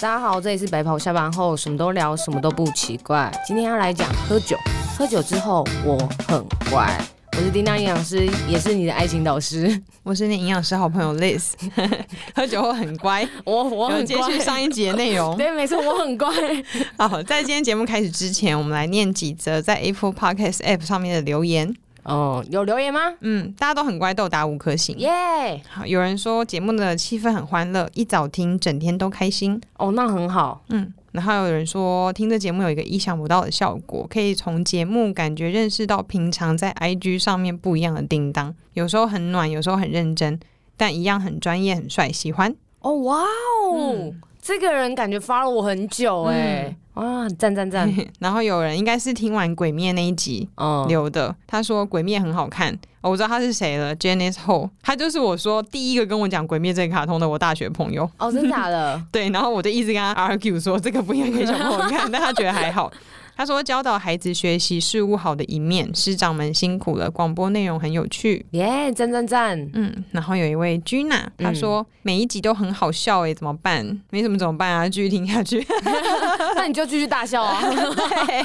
大家好，这里是白袍下班后，什么都聊，什么都不奇怪。今天要来讲喝酒，喝酒之后我很乖。我是叮当营养师，也是你的爱情导师。 我是你营养师好朋友 Liz，喝 酒后很乖，我 我有很接乖，续上一集的内 容。对，没错，我很乖。好，在今天节目开始之前，我们来念几则在 Apple Podcast App 上面的留言。哦，有留言吗？嗯，大家都很乖，都有打五颗星。耶、好，有人说节目的气氛很欢乐，一早听整天都开心。哦，那很好。嗯，然后有人说听这节目有一个意想不到的效果，可以从节目感觉认识到平常在 IG 上面不一样的叮当，有时候很暖，有时候很认真，但一样很专业、很帅，喜欢。哦，哇哦，嗯这个人感觉发了我很久哎、哇，赞赞 赞。然后有人应该是听完《鬼灭》那一集嗯，留的，他说《鬼灭》很好看、哦我知道他是谁了，Janice Ho，他就是我说第一个跟我讲《鬼灭》这个卡通的我大学朋友。哦，真假的？ 对，然后我就一直跟他 argue 说这个不应该给小朋友看，但他觉得还好。他说教导孩子学习事物好的一面，师长们辛苦了，广播内容很有趣。耶，赞赞赞！嗯，然后有一位 Gina，她说、每一集都很好笑诶、怎么办？没什么怎么办啊？继续听下去。那你就继续大笑 啊！对，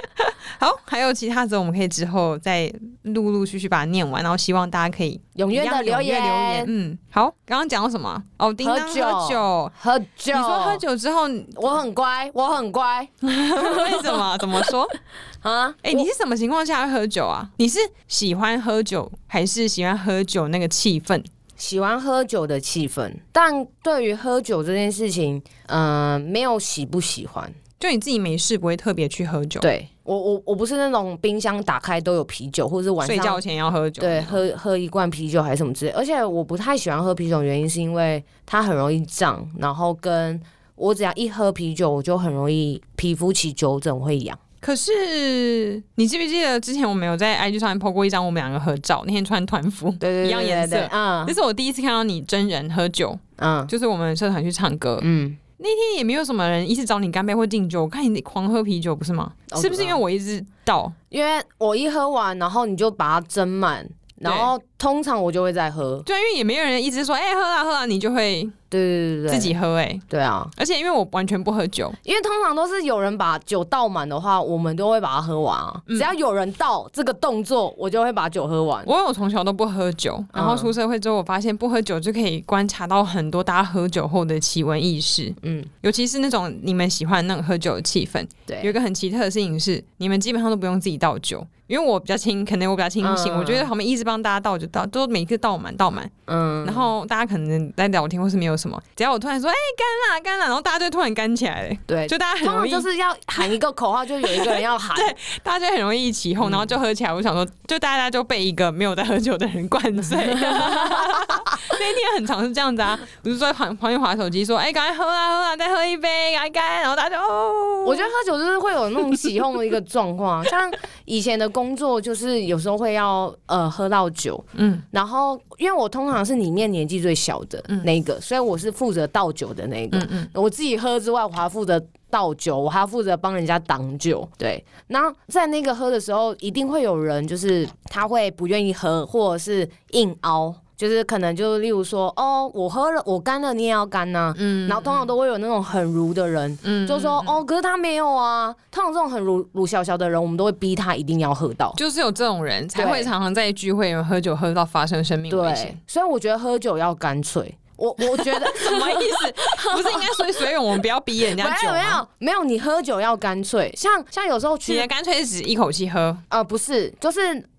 好，还有其他则我们可以之后再陆陆续续把它念完，然后希望大家可以踊跃的一样留踊跃言，留言。嗯，好，刚刚讲到什么啊？哦，叮当喝喝酒酒。喝酒，你说喝，酒之后 我很乖，我很乖为什么？怎么 说？啊！哎、你是什么情况下会喝酒啊？你是喜欢喝酒，还是喜欢喝酒那个气氛？喜欢喝酒的气氛，但对于喝酒这件事情，嗯、没有喜不喜欢。就你自己没事不会特别去喝酒，，对我，我我不是那种冰箱打开都有啤酒，或者是晚睡上觉前要喝酒，对，喝喝一罐啤酒还是什么之类。而且我不太喜欢喝啤酒，的原因是因为它很容易胀，然后跟我只要一喝啤酒，我就很容易皮肤起酒疹，我会痒。可是你记不记得之前我们有在 IG 上面 po 过一张我们两个合照，那天穿团服，对对对，一样颜对对色。嗯那是我第一次看到你真人喝酒，嗯就是我们社团去唱歌，嗯，那天也没有什么人一直找你干杯或敬酒，我看你狂喝啤酒不是吗？哦是不是对啊因为我一直倒？因为我一喝完，然后你就把它斟满，然后通常我就会再喝。对，因为也没有人一直说哎、喝啊喝啊，你就会对对对对，自己喝哎、对啊，而且因为我完全不喝酒，因为通常都是有人把酒倒满的话，我们都会把它喝完啊。嗯只要有人倒这个动作，我就会把酒喝完。我有从小都不喝酒，然后出社会之后，我发现不喝酒就可以观察到很多大家喝酒后的奇闻异事，嗯，尤其是那种你们喜欢那种喝酒的气氛。有一对，个很奇特的事情是，你们基本上都不用自己倒酒，因为我比较清，可能我比较清醒，嗯我觉得他们一直帮大家倒就倒，都每个倒满倒满，嗯然后大家可能在聊天或是没有什么，只要我突然说哎、干啦干啦，然后大家就突然干起来了，对，就大家很通常容易，就是要喊一个口号，就有一个人要 喊，大家就很容易一起哄，然后就嗯喝起来。我想说，就大家就被一个没有在喝酒的人灌 醉。那一天很常是这样子啊，我就在旁旁边划手机说：“哎、赶快喝啊喝啊，再喝一杯，赶快干！”然后大家就哦，我觉得喝酒就是会有那种起哄的一个状况，啊像以前的工作就是有时候会要呃喝到酒，嗯，然后因为我通常是里面年纪最小的那一个，所以我是负责倒酒的那一个。嗯我自己喝之外，我还负责倒酒，我还要负责帮人家挡酒。对，那在那个喝的时候，一定会有人就是他会不愿意喝，或者是硬凹。就是可能就例如说，哦，我喝了，我干了，你也要干呐、嗯，然后通常都会有那种很儒的人，嗯，就说，哦，可是他没有啊。通常这种很儒儒小小的人，我们都会逼他一定要喝到。就是有这种人才对会常常在聚会喝酒喝到发生生命危对险。，所以我觉得喝酒要干脆。我 我觉得什么意思？不是应该所以所以我们不要逼人没家酒有吗？没有没有，你喝酒要干脆，像像有时候你去的干脆是指一口气喝，呃不是，就是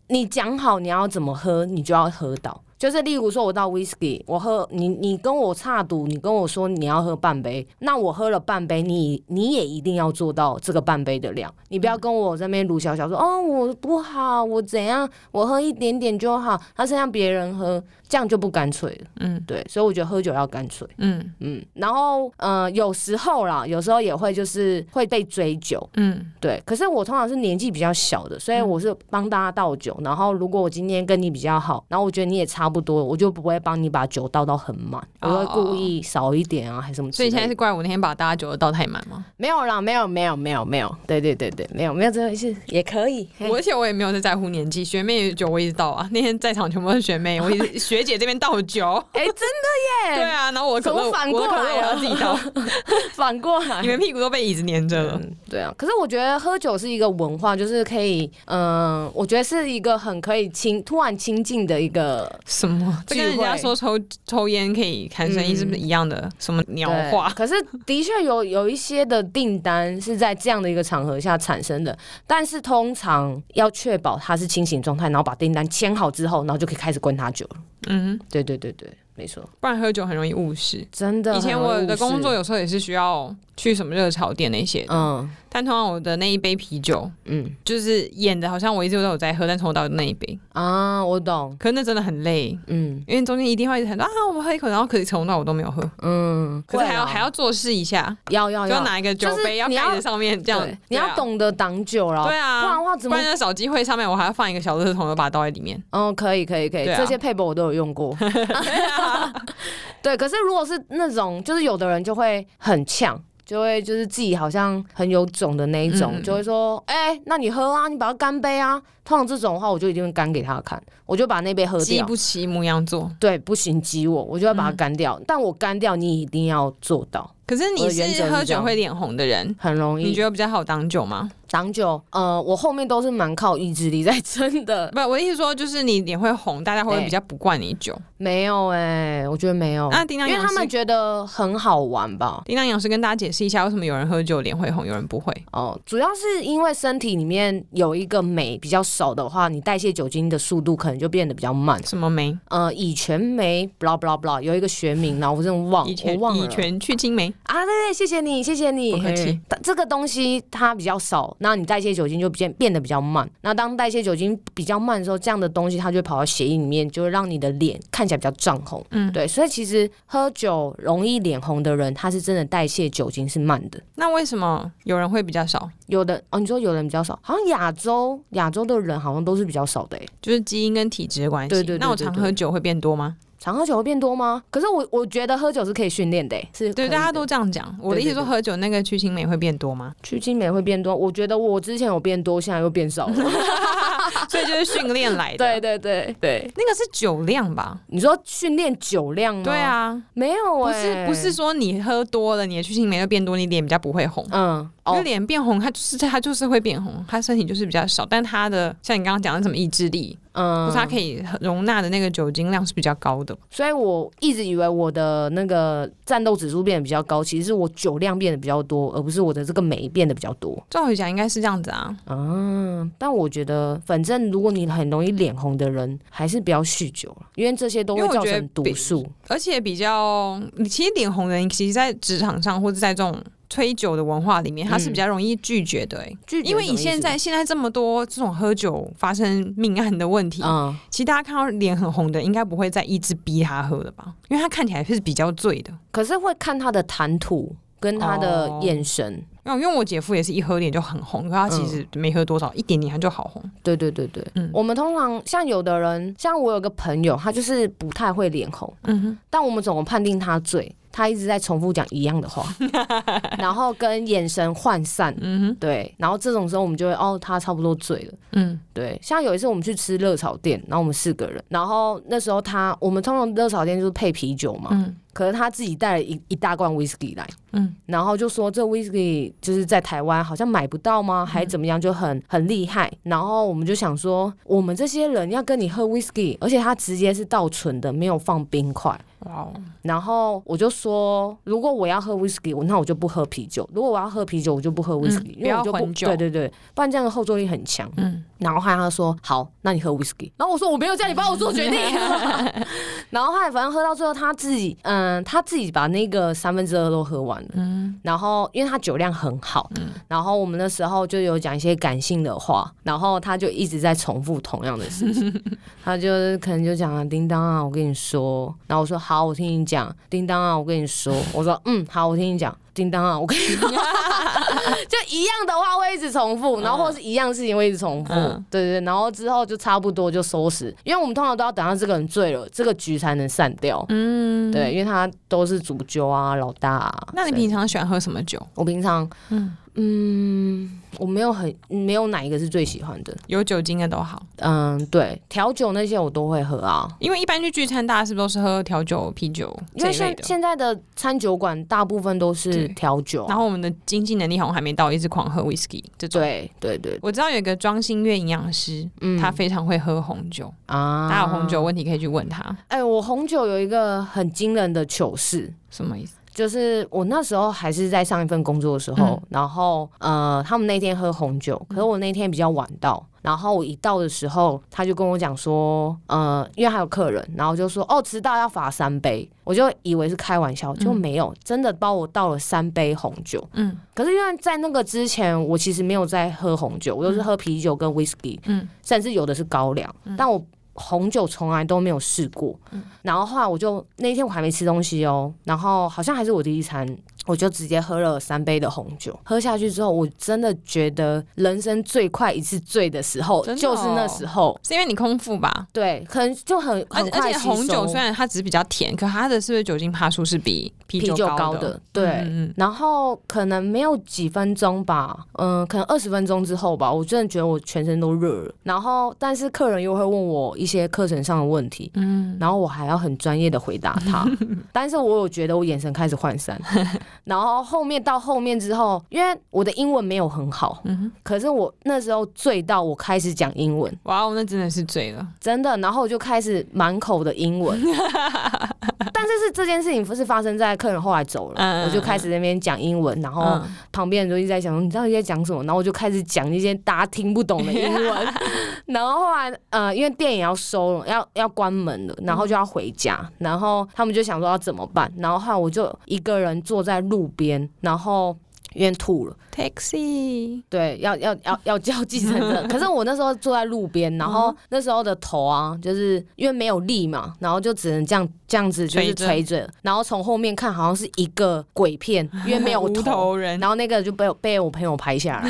你讲好你要怎么喝，你就要喝到。就是例如说，我到 whisky，我喝你你跟我差赌，你跟我说你要喝半杯，那我喝了半杯，你你也一定要做到这个半杯的量，你不嗯要跟我这边鲁小小说哦我不好，我怎样，我喝一点点就好，他是让别人喝，这样就不干脆了。嗯对，所以我觉得喝酒要干脆。嗯嗯，然后呃，有时候啦，有时候也会就是会被追酒，嗯，对。可是我通常是嗯年纪比较小的，所以我是帮大家倒酒。然后如果我今天跟你比较好，然后我觉得你也差不多，我就不会帮你把酒倒到很满，我会故意少一点啊，还是什么之所类以的。现在是怪我那天把大家酒都倒太满吗？没有啦，没有没有没有没有，对对对对，没有没有这回事，也可以。嘿我而且我也没有在在乎年纪，学妹酒我一直倒啊。那天在场全部都是学妹，我一 直学姐这边倒酒， 哎、真的耶！对啊，然后我的可怎么乐反我的过可乐来我啊要自己 倒，反过来你，们屁股都被椅子粘着 了。嗯，对啊。可是我觉得喝酒是一个文化，就是可以，嗯、我觉得是一个很可以亲突然亲近的一个什么？这跟人家聚会说抽抽烟可以看生意是不是一样的？什么鸟嗯对话？可是的确有 有一些的订单是在这样的一个场合下产生的，但是通常要确保他是清醒状态，然后把订单签好之后，然后就可以开始灌他酒了。嗯，对对对对，没错，不然喝酒很容易误事。真的。以前我的工作有，有时候也是需要去什么热炒店那些的，嗯但通常我的那一杯啤酒嗯就是演的好像我一直都有在喝，但从头到尾就那一杯，啊，我懂，可是那真的很累，嗯因为中间一定会一直喊说啊，我们喝一口，然后可是从头到尾我都没有喝，嗯，可是还要会啦还要做事一下，要要就要要拿一个酒就是杯要你要盖在上面这样对，你要对啊。懂得挡酒了，对啊，不然的话怎不么然？在手机会上面，我还要放一个小垃圾桶，又把它倒在 里面。嗯，可以可以可以，对啊这些配博我都有用过。啊对，可是如果是那种，就是有的人就会很呛。就会就是自己好像很有种的那一种，嗯就会说，哎、那你喝啊，你把它干杯啊。通常这种的话，我就一定会干给他看，我就把那杯喝激掉。不起母羊座，对，不行激我，我就要把它干嗯掉。但我干掉，你一定要做到，可是我你的原则是是喝这酒样会脸红的人，很容你易觉得比较好挡酒吗？挡酒。呃，我后面都是蛮靠意志力在撑的，不，我的意思说就是你脸会红，大家会对比较不灌你酒。没有哎、我觉得没有，啊那叮当因为杨他们是觉得很好玩吧。叮当杨是跟大家解释一下，为什么有人喝酒脸会红，有人不会？哦，主要是因为身体里面有一个酶比较少的话，你代谢酒精的速度可能就变得比较慢。什么梅？呃，乙醛酶，blah blah blah，有一个学名，然后我真的忘，以哦我前忘以了。前去青梅，啊，对对，谢谢你，谢谢你。不客气嘿但这个东西它比较少，那你代谢酒精就变变得比较慢。那当代谢酒精比较慢的时候，这样的东西它就会跑到血液里面，就会让你的脸看起来比较涨红。嗯嗯，对，所以其实喝酒容易脸红的人，他是真的代谢酒精是慢的。那为什么有人会比较少？有的哦，你说有人比较少，好像亚洲亚洲的人好像都是比较少的诶。欸就是基因跟体质的关系。对对对那我对常对喝酒会变多吗？常喝酒会变多吗？可是我我觉得喝酒是可以训练的诶，欸是对，可以大家的都这样讲。我的意思说，对对喝酒那个去青梅会变 多吗？去精美会变多。我觉得我之前有变多，现在又变少 了。所以就是训练来的。对，对对对，那个是酒量吧？你说训练酒量吗？对，啊，没有欸不诶，是不是，说你喝多了，你的去青梅就变多，你脸比较不会红。嗯因为哦脸变红，它就是它就是会变红，它身体就是比较少，但它的像你刚刚讲的什么意志力，就嗯是它可以容纳的那个酒精量是比较高的。所以我一直以为我的那个战斗指数变得比较高，其实是我酒量变得比较多，而不是我的这个酶变得比较多。照理讲应该是这样子啊，啊，但我觉得，反正如果你很容易脸红的人，还是不要酗酒了，因为这些都因会为我造觉得成毒比素。而且比较你其实脸红的人，其实在职场上或者在这种吹酒的文化里面，他是比较容易拒绝的、欸。嗯拒绝因为是什你么意现思，在现在这么多这种喝酒发生命案的问题，嗯，其实大家看到脸很红的，应该不会再一直逼他喝了吧？因为他看起来是比较醉的。可是会看他的谈吐跟他的哦眼神。因为因为我姐夫也是一喝脸就很红，可他其实没喝多少，一点点他就好红。对对对对，嗯我们通常像有的人，像我有个朋友，他就是不太会脸红，嗯哼，但我们怎么判定他醉？他一直在重复讲一样的 话，然后跟眼神涣散，嗯对，然后这种时候我们就会哦，他差不多醉了。哼，嗯，对，像有一次我们去吃热炒店，然后我们四个人，然后那时候他，我们通常热炒店就是配啤酒嘛，嗯可是他自己带了一一大罐 whisky 来，嗯然后就说这 whisky 就是在台湾好像买不到吗？还怎么样，就很很厉害。然后我们就想说，我们这些人要跟你喝 whisky，而且他直接是倒纯的，没有放冰块。哇哦，然后我就说，如果我要喝 whisky，我那我就不喝啤酒；如果我要喝啤酒，我就嗯不喝 whisky，、因为我就不要混酒对对对，不然这样的后坐力很强。嗯，然后后来他说好，那你喝 whisky。然后我说我没有叫你帮我做决定。 然后后来反正喝到最后，他自己嗯，他自己把那个三分之二都喝完了。嗯然后因为他酒量很好，然后我们那时候就有讲一些感性的话，然后他就一直在重复同样的事 情。他就是可能就讲啊，叮当啊，我跟你说。然后我说好，我听你讲。叮当啊，我跟你说。我说嗯，好，我听你讲。 叮当啊，我跟你讲，就一样的话会一直重复，然后或是一样事情会一直重复，嗯对对对，然后之后就差不多就收拾，因为我们通常都要等到这个人醉了，这个局才能散掉，嗯，对，因为他都是主揪啊，老大、啊。那你所以平常喜欢喝什么酒？我平常嗯，嗯，我没有很没有哪一个是最喜欢的，有酒精的都好，嗯，对，调酒那些我都会喝啊，因为一般去聚餐，大家是不是都是喝调酒、啤酒因这为一类现的？现在的餐酒馆大部分都是对调酒啊，然后我们的经济能力好像还没到，一直狂喝 whisky 这种。对对对，我知道有一个庄心月营养师，嗯他非常会喝红酒，啊大家有红酒，问题可以去问他，哎、我红酒有一个很惊人的糗事。什么意思？就是我那时候还是在上一份工作的时候，嗯然后呃，他们那天喝红酒，可是我那天比较晚到，然后我一到的时候，他就跟我讲说，呃，因为还有客人，然后就说哦，迟到要罚三杯，我就以为是开玩笑，就没有，真的帮我倒了三杯红酒。嗯可是因为在那个之前，我其实没有在喝红酒，我都是喝啤酒跟 whisky，嗯甚至有的是高粱，但我红酒从来都没有试过。嗯然后后来我就那一天我还没吃东西哦，然后好像还是我第一餐，我就直接喝了三杯的红酒。喝下去之后，我真的觉得人生最快一次醉的时候，真的就哦是那时候。是因为你空腹吧？对，可能就很而很且快而且吸红酒收虽然它只是比较甜，可它的是不是酒精趴数是比啤啤酒酒高高的，对。嗯嗯然后可能没有几分钟吧，嗯，可能二十分钟之后吧，我真的觉得我全身都热了。然后，但是客人又会问我一些课程上的问题，嗯，然后我还要很专业的回答 他。但是我有觉得我眼神开始涣散，然后后面到后面之后，因为我的英文没有很好，嗯哼可是我那时候醉到我开始讲英文，哇哦，那真的是醉了。真的，然后我就开始满口的英 文。但是是这件事情不是发生在客人后来走了，嗯我就开始在那边讲英文，然后。嗯旁边人就一直在想说，你到底在讲什么？然后我就开始讲一些大家听不懂的英 文。然后后来，呃，因为店也要收了，要要关门了，然后就要回家。嗯然后他们就想说要怎么办？然后后来我就一个人坐在路边，然后因为吐了， taxi，对，要要要要叫计程 车。可是我那时候坐在路边，然嗯后那时候的头啊，就是因为没有力嘛，然后就只能这样这样子就是垂着垂着，然后从后面看好像是一个鬼片，因为没有 无头。头人，然后那个就被被我朋友拍下来，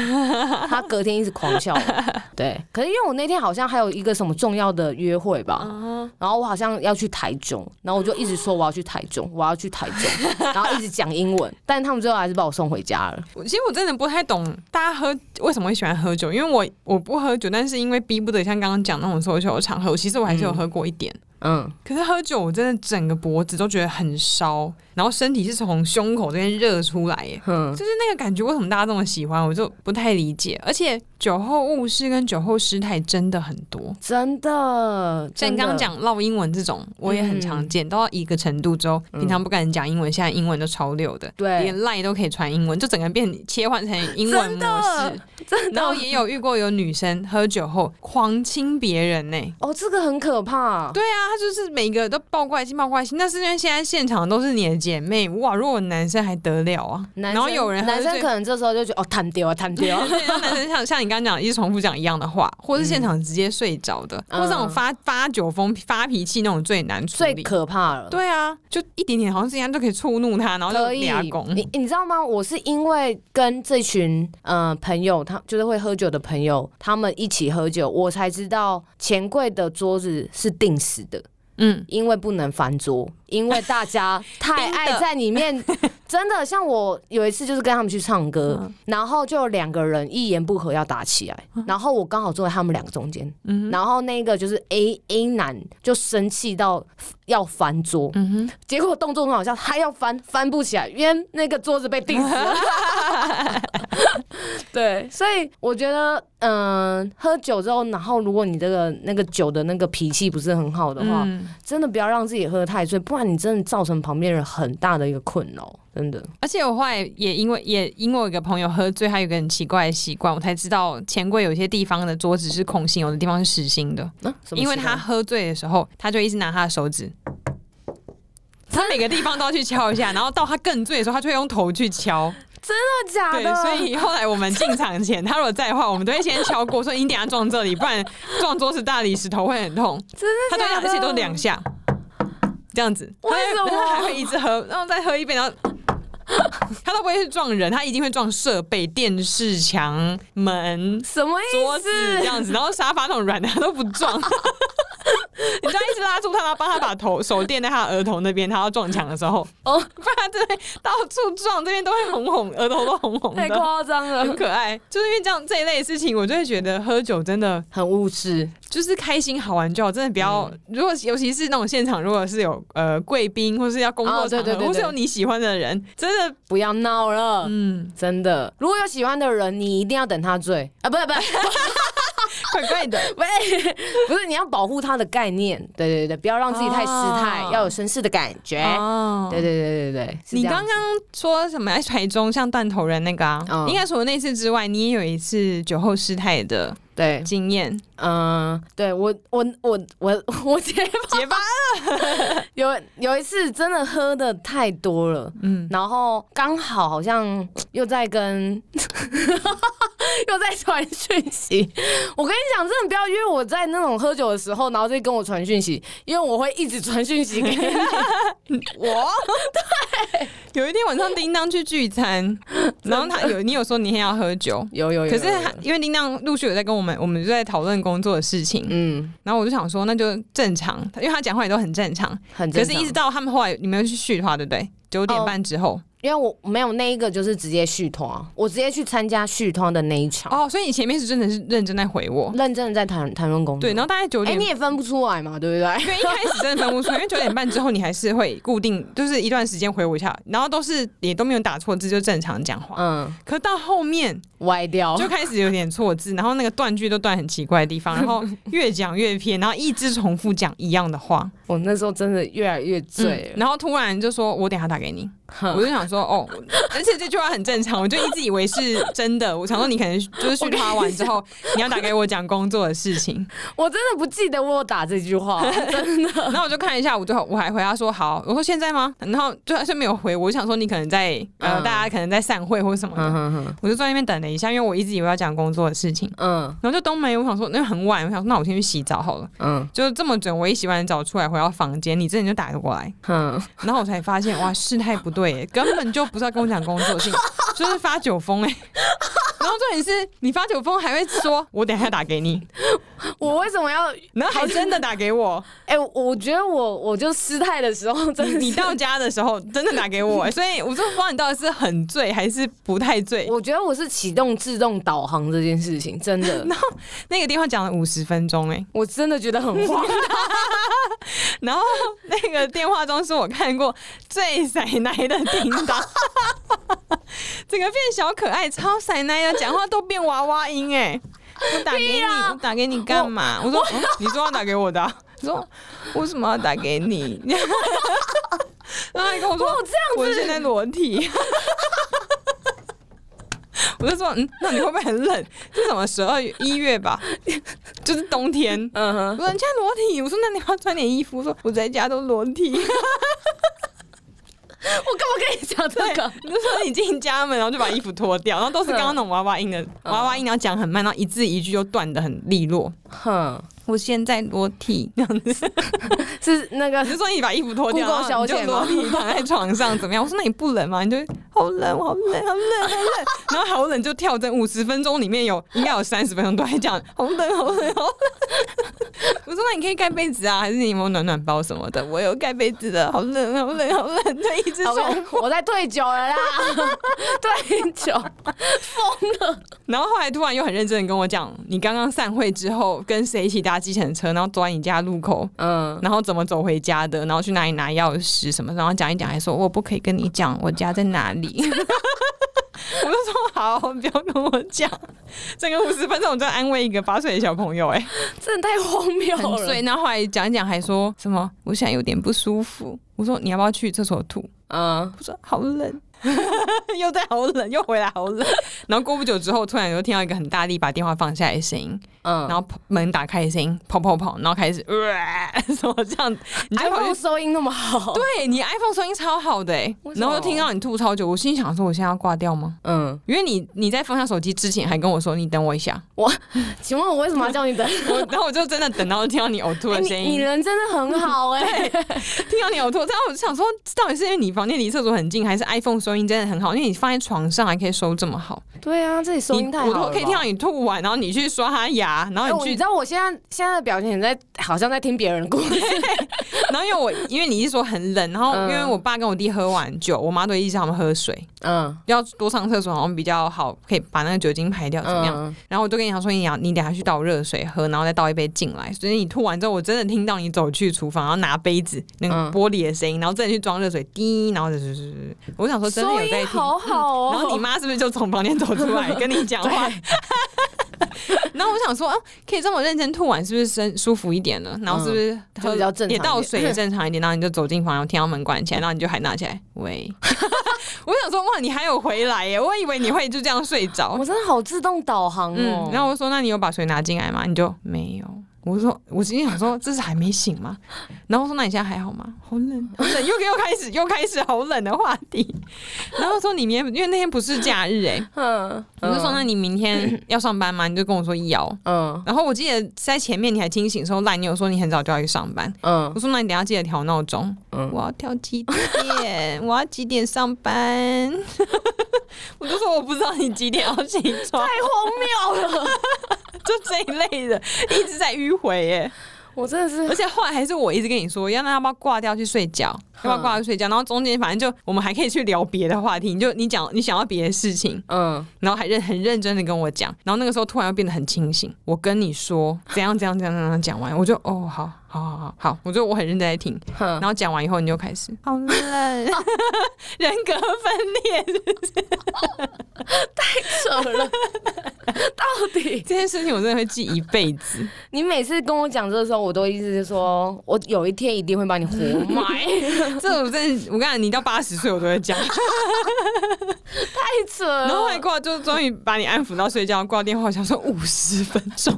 他隔天一直狂笑我。 对，可是因为我那天好像还有一个什么重要的约会吧，嗯然后我好像要去台中，然后我就一直说我要去台中，我要去台中，然后一直讲英文，但他们最后还是把我送回家了。我其实我真的不太懂大家喝为什么会喜欢喝酒，因为我我不喝酒，但是因为逼不得，像刚刚讲那种 social 的场合，其实我还是有喝过一点。嗯，可是喝酒，我真的整个脖子都觉得很烧，然后身体是从胸口这边热出来耶，哼就是那个感觉，为什么大家这么喜欢，我就不太理解。而且酒后误事跟酒后失态真的很多，真的，像真你的刚刚，讲唠英文这种，我也很常见，到一个程度之后，平常不敢讲英文，现在英文都超溜的，嗯对连 line 都可以传英文，就整个变切换成英文模式。真然后的也有遇过有女生喝酒后狂亲别人呢、哦，这个很可怕。对啊，她就是每个都爆怪心，爆怪心。那是因为现在现场都是你的姐妹，哇！如果男生还得了啊，男然生后有人喝男生醉可能这时候就觉得哦，弹丢啊，弹丢 啊，对，然后男生像像你刚刚讲，一直重复讲一样的话，或是现场直接睡着的，嗯或是那种发发酒疯、发脾气那种最难处最理。可怕了。对啊，就一点点好像之前就可以触怒他，然后就可以俩拱，。你你知道吗？我是因为跟这群呃朋友，他就是会喝酒的朋友，他们一起喝酒，我才知道钱柜的桌子是定死的，嗯，因为不能翻桌，因为大 家太盯爱的在里面。 真的，像我有一次就是跟他们去唱歌，嗯然后就有两个人一言不合要打起来，然后我刚好坐在他们两个中间，嗯然后那个就是 A A 男就生气到要翻桌，嗯哼，结果动作很好笑，他要翻翻不起来，因为那个桌子被钉死了。对，所以我觉得，嗯、喝酒之后，然后如果你这个那个酒的那个脾气不是很好的话，嗯真的不要让自己喝太醉，不然你真的造成旁边人很大的一个困扰，真的。而且我后来也因为也因为我一个朋友喝醉，他有一个很奇怪的习惯，我才知道钱柜有些地方的桌子是空心，有的地方是实心的。啊、什么因为情他况喝醉的时候，他就一直拿他的手指， 他每个地方都要去敲一下，然后到他更醉的时候，他就会用头去敲。真的假对，的，所以后来我们进 场前，他如果在的话，我们都会先敲过，说你等一下撞这里，不然撞桌子大理石头会很痛。 真他的都假而的，且都两下，这样子。为什么他还会一直喝，然后再喝一杯，然后 他都不会去撞人，他一定会撞设备、电视墙、门、什么桌意子 这思？样子，然后沙发那种软的他都不 撞。你这样一直拉住他，然后帮他把头手垫在他额头那边，他要撞墙的时候，哦哦，不然他这边到处撞，这边都会红红，额头都红红太的，夸张很了，可爱。就是因为这样这一类的事情，我就会觉得喝酒真的很物质。就是开心好玩就好，真的不要。嗯如果尤其是那种现场，如果是有呃贵宾，或是要工作哦场合，对对对或是对有你喜欢的人，真的，不要闹了，嗯，真的。如果有喜欢的人，你一定要等他醉啊！不是不是怪 怪的。不是，不是，你要保护他的概念。对对对，不要让自己太失态，哦要有绅士的感觉。哦对对对对对，是你这样刚刚说什么？在台中像断头人那个啊，嗯应该除了那次之外，你也有一次酒后失态的对，经验，嗯、对我我我我我姐结巴。 有有一次真的喝的太多了，嗯，然后刚好好像又在跟 又在传讯息。我跟你讲，真的不要约我在那种喝酒的时候，然后就跟我传讯息，因为我会一直传讯息给你。 我对，有一天晚上叮当去 聚餐，然后他有你有说你也要喝酒。有有有可是有有他，因为叮当陆续有在跟我们，我们就在讨论工作的事情，嗯，然后我就想说，那就正常，因为他讲话也都很正常。很可正是，常。哦一直到他们后来你们又去续的话，对不对？九点半之后因为我没有那一个，就是直接续团，我直接去参加续团的那一场，哦所以你前面是真的是认真在回我，哦认真的在谈谈论工作。对，然后大概九嗯哎、点你也分不出来嘛，对不对？因为一开始真的分不出来，因为九点半之后你还是会固定，就是一段时间回我一下，然后都是也都没有打错字，就正常讲话。嗯，可到后面歪掉。就开始有点错字，然后那个断句都断很奇怪的地方，然后越讲越偏，然后一直重复讲一样的话， 我那时候真的越来越醉了嗯。然后突然就说：“我等一下打给你。”我就想说：“哦，而且这句话很正常，我就一直以为是真的。我想说你可能就是训话完之后，你要打给我讲工作的事情。”我真的不记得我有打这句 话，然后我就看一下，我最后我还回他说好，我说现在吗？然后就他是没有回我，我想说你可能在呃、嗯大家可能在散会或什么的，嗯我就在那边等了一下，因为我一直以为要讲工作的事情，嗯然后就都没有，我想说因为很晚，我想说那我先去洗澡好了，嗯就这么准，我一洗完澡出来回到房间，你这人就打过来，嗯，然后我才发现哇事态不对耶，根本就不是要跟我讲工作的事情，就是发酒疯哎、然后重点是你发酒疯还会说，我等一下打给你，我为什么要？然后还真的打给我，哎、我我觉得我我就失态的时候，真的你到家的时候真的打给我、所以我就不知道你到底是很醉还是不太醉。我觉得我是启动自动导航这件事情，真的， 那个电话讲了五十分钟、哎，我真的觉得很 慌。然后那个电话中是我看过最塞奶的叮当，整个变小可爱，超塞奶的，讲话都变娃娃音、哎，我打给你，我打给你干嘛？我说、嗯你说要打给我的啊、你说为什么要打给你？ 然后他跟我说我现在裸体。 我就说，嗯，那你会不会很冷？是什么十二月一月吧，就是冬天。嗯我哼，说人家裸体，我说那你要穿点衣服。我说我在家都裸体。我干嘛跟你讲这对，个？你就说你进家门，然后就把衣服脱掉，然后都是刚刚那种娃娃音的娃娃音，然后讲很慢，然后一字一句就断的很利落。哼，我现在裸体，这样子。是那个你就说你把衣服脱掉， Google 然后小你姐就吗裸体躺在床上怎么样？我说那你不冷吗？你就好冷，我好冷，好冷，好冷。然后好冷就跳针，五十分钟里面有应该有三十分钟都在讲好冷，好冷，好冷。我说那你可以盖被子啊，还是你有没有暖暖包什么的？我有盖被子的，好冷，好冷，好冷，就一直 好说。我我在退酒 了啦，退酒，疯了。然后后来突然又很认真的跟我讲，你刚刚散会之后跟谁一起搭计程车，然后走在你家路口，嗯，然后怎么走回家的，然后去哪里拿钥匙什么，然后讲一讲，还说我不可以跟你讲我家在哪里。 我就说好，不要跟我讲。整个五十分钟我在安慰一个八岁的小朋友、哎，真的太荒谬很了醉。。然后后来讲一讲，还说什么我现在有点不舒服。我说你要不要去厕所吐？嗯，我说好冷， 又在好冷，又回来好冷。然后过不久之后，突然又听到一个很大力把电话放下来的声音，嗯，然后门打开的声音，砰砰砰，然后开始、呃、 什么这样，你就跑去 iPhone 收音那么好，嗯对你 iPhone 声音超好的、欸为，什么然后就听到你吐超久，我心想说我现在要挂掉吗？嗯，因为你你在放下手机之前还跟我说你等我 一下，请问我为什么要叫你 等？我然后我就真的等到听到你呕吐哎的你声你音，人真的 很好哎、听到你呕吐，然后我就想说到底是因为你房间离厕所很近，还是 iPhone 收收音真的很好，因为你放在床上还可以收这么好，对啊，这里收音太好你了吧我都可以听到你吐完，然后你去刷它牙，然哎后我你你知去，道我现在现在的表情，你在好像在听别人的故事， 然后因为我因为你是说很冷，然后因嗯为我爸跟我弟喝完酒，我妈都一直叫他们喝水，嗯，要多上厕所好像比较好，可以把那个酒精排掉，怎么样？嗯？然后我就跟你讲说，你要你等下去倒热水喝，然后再倒一杯进来。所以你吐完之后，我真的听到你走去厨房，然后拿杯子那个嗯玻璃的声音，然后真的去装热水，滴，然后就是，我想说真的收有在音听。好好哦。然后你妈是不是就从房间走出来跟你讲话？ 然后我想说，啊，可以这么认真吐完，是不是身舒服一点了？然后是不是就喝嗯比较正常也一点倒水也正常一点？然后你就走进房，然后听到门关起来，然后你就喊拿起来，喂。 我想说，哇，你还有回来耶！我以为你会就这样睡着我。真的好自动导航哦嗯，。然后我就说，那你有把水拿进来吗？你就没有。我说，我今天想说，这是还没醒吗？然后我说，那你现在还好吗？好冷，好冷，又又开始又开始好冷的话题。然后说你明天，因为那天不是假日哎、嗯，我就说，那你明天要上班吗？你就跟我说要。嗯然后我记得在前面你还清醒的时候，赖你有说你很早就要去上班。嗯 我说那你等一下记得调闹钟，嗯，我要调几点？我要几点上班？我就说我不知道你几点要起床，太荒谬了！就这一类的，一直在迂回耶。 我真的而是，且后来还是我一直跟你说，要那要不要挂掉去睡觉？要不要挂掉去睡觉？然后中间反正就我们还可以去聊别的话题，你就你讲你想要别的事情，嗯，然后还认很认真的跟我讲，然后那个时候突然又变得很清醒。我跟你说怎样怎样怎样怎样讲完，我就哦好好好好好，我就我很认真在听。哼然后讲完以后，你就开始好冷， 人格分裂扯了。到底这件事情，我真的会记一辈子。你每次跟我讲这个时候，我都一直说，我有一天一定会把你活埋， 这我真的，我跟你讲，你到八十岁我都会讲。太扯了。然后后来挂，就终于把你安抚到睡觉，挂电话，我想说五十分 钟。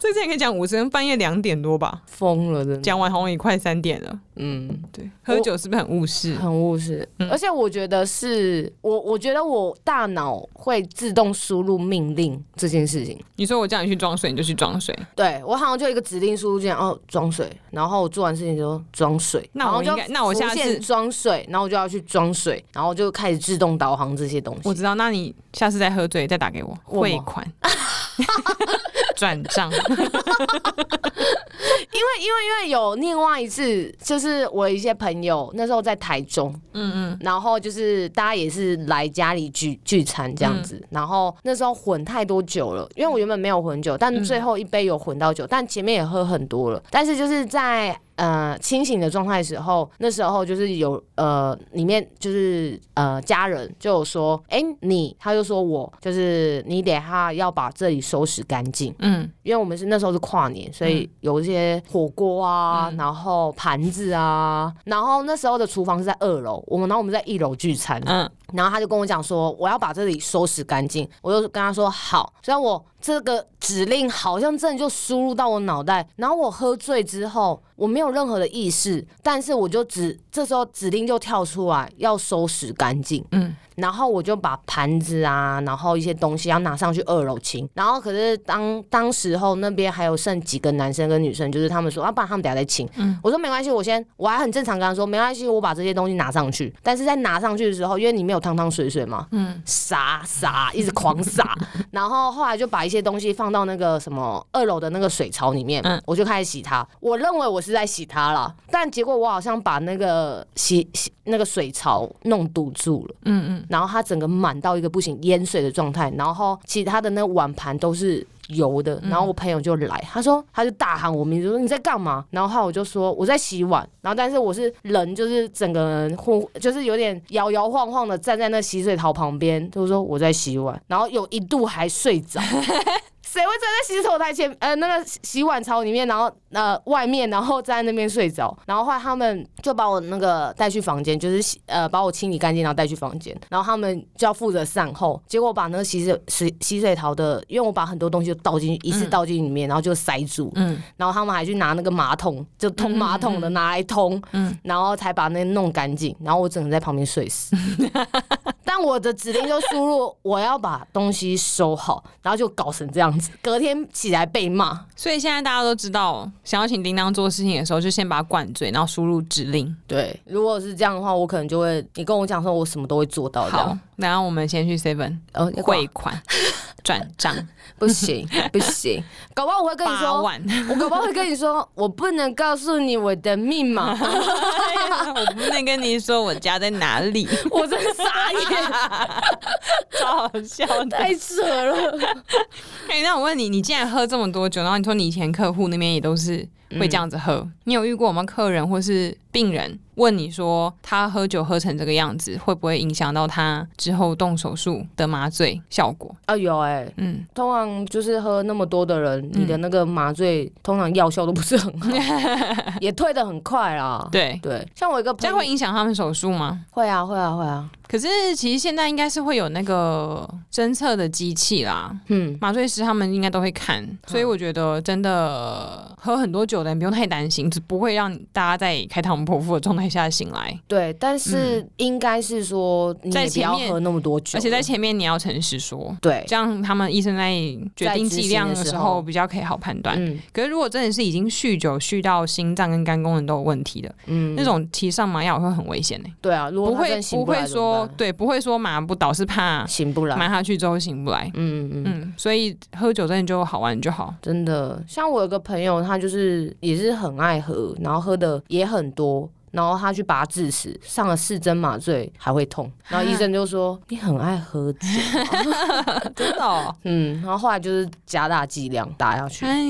这之前可以讲五十分，半夜两点多吧，疯了，真的，讲完好像也快三点了。嗯。对，喝酒是不是很误事？很务实，嗯而且我觉得是我，我觉得我大脑会自动输入命令这件事情。你说我叫你去装水，你就去装水。对我好像就一个指令输入键，哦，装水，然后我做完事情就装水，那然后我就应该那我浮下次现装水，然后我就要去装水，然后就开始自动导航这些东我西。知道，那你下次再喝醉再打给我，我吗汇款转 账。因为因为因为有另外一次，就是我一些朋友那时候在台中，嗯嗯，然后就是大家也是来家里聚聚餐这样子，嗯然后那时候混太多酒了，因为我原本没有混酒，嗯但最后一杯有混到酒，但前面也喝很多了，但是就是在。呃，清醒的状态的时候，那时候就是有呃，里面就是呃，家人就有说，哎、你，他就说我就是你得哈要把这里收拾干净，嗯，因为我们是那时候是跨年，所以有一些火锅啊，然后盘子啊，然后那时候的厨房是在二楼，我们然后我们在一楼聚餐，嗯，然后他就跟我讲说我要把这里收拾干净，我就跟他说好，虽然我这个指令好像真的就输入到我脑袋，然后我喝醉之后我没有任何的意识，但是我就只这时候指令就跳出来要收拾干净，然后我就把盘子啊，然后一些东西要拿上去二楼清。然后可是当当时候那边还有剩几个男生跟女生，就是他们说，啊，不然他们等下再清。我说没关系，我先我还很正常跟他说没关系，我把这些东西拿上去。但是在拿上去的时候，因为你没有汤汤水水嘛，嗯，洒洒一直狂洒，然后后来就把一些东西放到那个什么二楼的那个水槽里面，嗯我就开始洗它。我认为我是在洗它了，但结果我好像把那个洗洗那个水槽弄堵住了。然后它整个满到一个不行淹水的状态，然后其他的那碗盘都是油的，然后我朋友就来，他说他就大喊我名字，说你在干嘛？然后后来我就说我在洗碗，然后但是我是人就是整个人昏，就是有点摇摇晃晃的站在那洗水槽旁边，就说我在洗碗，然后有一度还睡着。谁会站在洗手台前，呃，那个洗洗碗槽里面，然后呃外面，然后站在那边睡着，然后后来他们就把我那个带去房间，就是洗呃把我清理干净，然后带去房间，然后他们就要负责善后，结果我把那个洗水洗洗水槽的，因为我把很多东西都倒进去，一次倒进里面，然后就塞住，嗯然后他们还去拿那个马桶，就通马桶的拿来通，嗯然后才把那弄干净，然后我只能在旁边睡死。但但我的指令就输入我要把东西收好，然后就搞成这样子，隔天起来被骂。所以现在大家都知道，想要请叮当做事情的时候，就先把它灌醉，然后输入指令。对，如果是这样的话，我可能就会你跟我讲说，我什么都会做到这好样。，然后我们先去 Seven 呃，汇款转 账不 行不行，搞不好我会跟你八说，万，我搞不好会跟你说，我不能告诉你我的密 码，哎我不能跟你说我家在哪里，我真的傻 眼，哎超好笑的。太扯了。哎、那我问你，你既然喝这么多酒，然后你说你以前客户那边也都是会这样子喝，你有遇过我们客人或是病人问你说他喝酒喝成这个样子，会不会影响到他之后动手术的麻醉效果？啊，有哎、嗯，通常就是喝那么多的人，你的那个麻醉通常药效都不是很好， 也退的很快啦。哦对，对，像我一个这朋样友，会影响他们手术吗？会啊会啊会啊，可是其实现在应该是会有那个侦测的机器啦，嗯，麻醉师他们应该都会看，所以我觉得真的喝很多酒的人不用太担心，只不会让大家在开膛破腹的状态下醒来。对，但是应该是说你嗯在也不前要面喝那么多酒了，而且在前面你要诚实说，对，这样他们医生在决定剂量的在执行的时时候候比较可以好判断。嗯可是如果真的是已经酗酒酗到心脏跟肝功能都有问题的，嗯那种骑上麻药会很危险呢、欸对啊，如果不他真会的醒不不来会怎么说办对，不会说麻不倒，是怕醒不来，麻下去之后醒不来。嗯嗯嗯。嗯，所以喝酒真的就好玩就 好。真的，像我有个朋友，他就是也是很爱喝，然后喝的也很多，然后他去拔智齿，上了四针麻醉还会痛，然后医生就说啊你很爱喝酒，真的、哦，嗯，然后后来就是加大剂量打下去， 哎，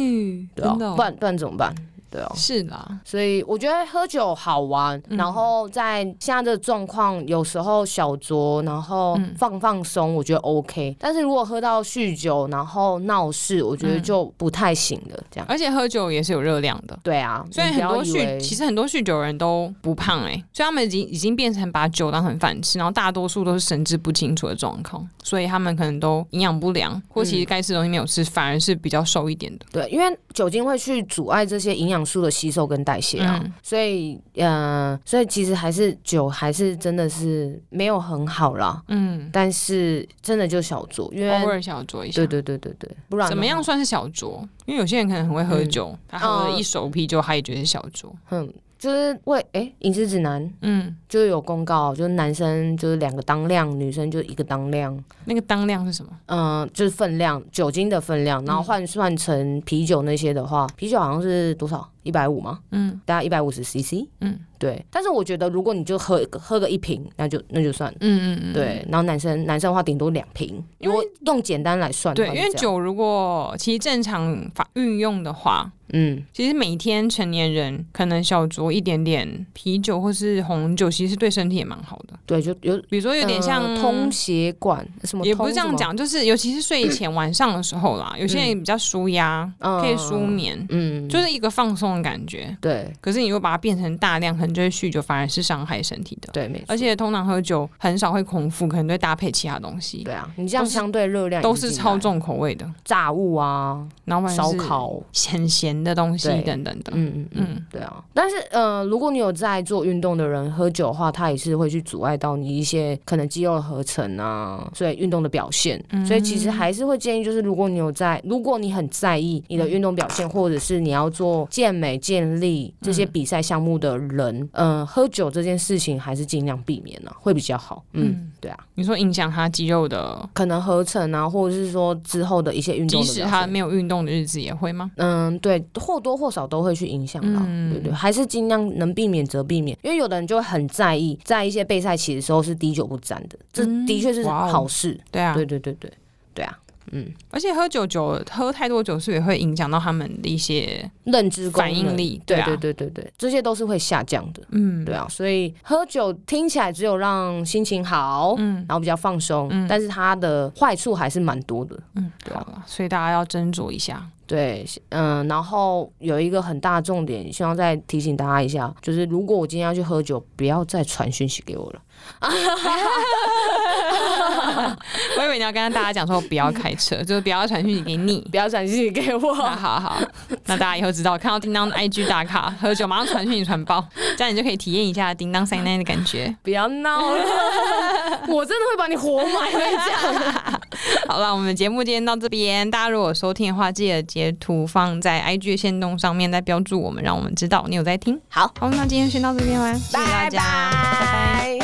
对啊真，的、不哦，然不然怎么办？对啊，是啦，所以我觉得喝酒好玩，嗯然后在现在的状况，有时候小酌，然后嗯放放松，我觉得 OK。但是如果喝到酗酒，然后闹事，我觉嗯得就不太行了，这样。而且喝酒也是有热量的。对啊，呃所以你很不要多以酗，为其实很多酗酒人都不胖哎、所以他们已经已经变成把酒当成饭吃，然后大多数都是神志不清楚的状况，所以他们可能都营养不嗯良，或其实该吃的东西没有吃，反而是比较瘦一点的。对，因为酒精会去阻碍这些营养素的吸收跟代谢啊，嗯所以呃，所以其实还是酒还是真的是没有很好啦，嗯，但是真的就小酌，因偶为尔小酌一下对。对对对对，不然的怎么样话？算是小酌？因为有些人可能很会喝酒，他喝了一手啤酒，他也觉得是小酌。嗯，就是为哎，饮食指南嗯，就是有公告，就是男生就是两个当量，女生就一个当量，那个当量是什么？嗯、就是分量，酒精的分嗯量，然后换算成啤酒那些的话，啤酒好像是多少？一百五吗？嗯大概一百五十 CC。嗯对，但是我觉得如果你就喝一个喝个一瓶，那就那就算了。嗯嗯嗯，对，然后男生男生的话顶多两瓶，如果用简单来算的对，话因就为这样，酒如果其实正常法运用的话，嗯，其实每天成年人可能小酌一点点啤酒或是红酒，其实对身体也蛮好的。对，就有比如说有点像、呃通，血管什么，也不是这样，讲，就是尤其是睡前晚上的时候啦，有些人比较舒压，嗯可以舒眠，嗯，就是一个放松的感觉。对可是你又把它变成大量，可能就会酗酒，反而是伤害身体的。对，没错，而且通常喝酒很少会空腹，可能会搭配其他东西，对啊，你这样都是相对热量都也是进超来重口味的，炸物啊、然后不然烧是烤，很咸的东西对等等的。嗯嗯嗯。嗯，对啊，但是呃，如果你有在做运动的人喝酒的话，它也是会去阻碍到你一些可能肌肉的合成啊，所以运动的表现。嗯所以其实还是会建议，就是如果你有在，如果你很在意你的运动表现，或者是你要做健美、健力这嗯些比赛项目的人，嗯、呃，喝酒这件事情还是尽量避免啊，会比较好。嗯，嗯对啊，你说影响他肌肉的可能合成啊，或者是说之后的一些运动即的表使现，他没有运动的日子也会吗？嗯，对，或多或少都会去影响到，嗯对对，还是尽量能避免则避免，因为有的人就会很在意，在一些备赛期的时候是滴酒不沾的，这嗯的确是哇哦好事，对啊，对对对对对啊，嗯，而且喝酒酒喝太多酒是也会影响到他们的一些认知功反应能，力，对啊，对对对对，这些都是会下降的，嗯，对啊，所以喝酒听起来只有让心情好，嗯然后比较放松，但是它的坏处还是蛮多的，嗯，对好啊了，所以大家要斟酌一下，对，嗯，然后有一个很大的重点，希望再提醒大家一下，就是如果我今天要去喝酒，不要再传讯息给我了。我以以为你要跟大家讲说不要开车，就是不要传讯息给你。不要转信给我。 那好好，那大家以后知道，看到叮当的 IG 打卡喝酒，马上传讯息传爆，这样你就可以体验一下叮当三奶的感觉。不要闹了， 我真的会把你活埋。我跟你讲， 好了，我们节目今天到这边，大家如果有收听的话，记得截图放在 IG 的线动上面，再标注我们，让我们知道你有在听。好，好，那今天先到这边啦，谢谢大拜家，拜拜拜。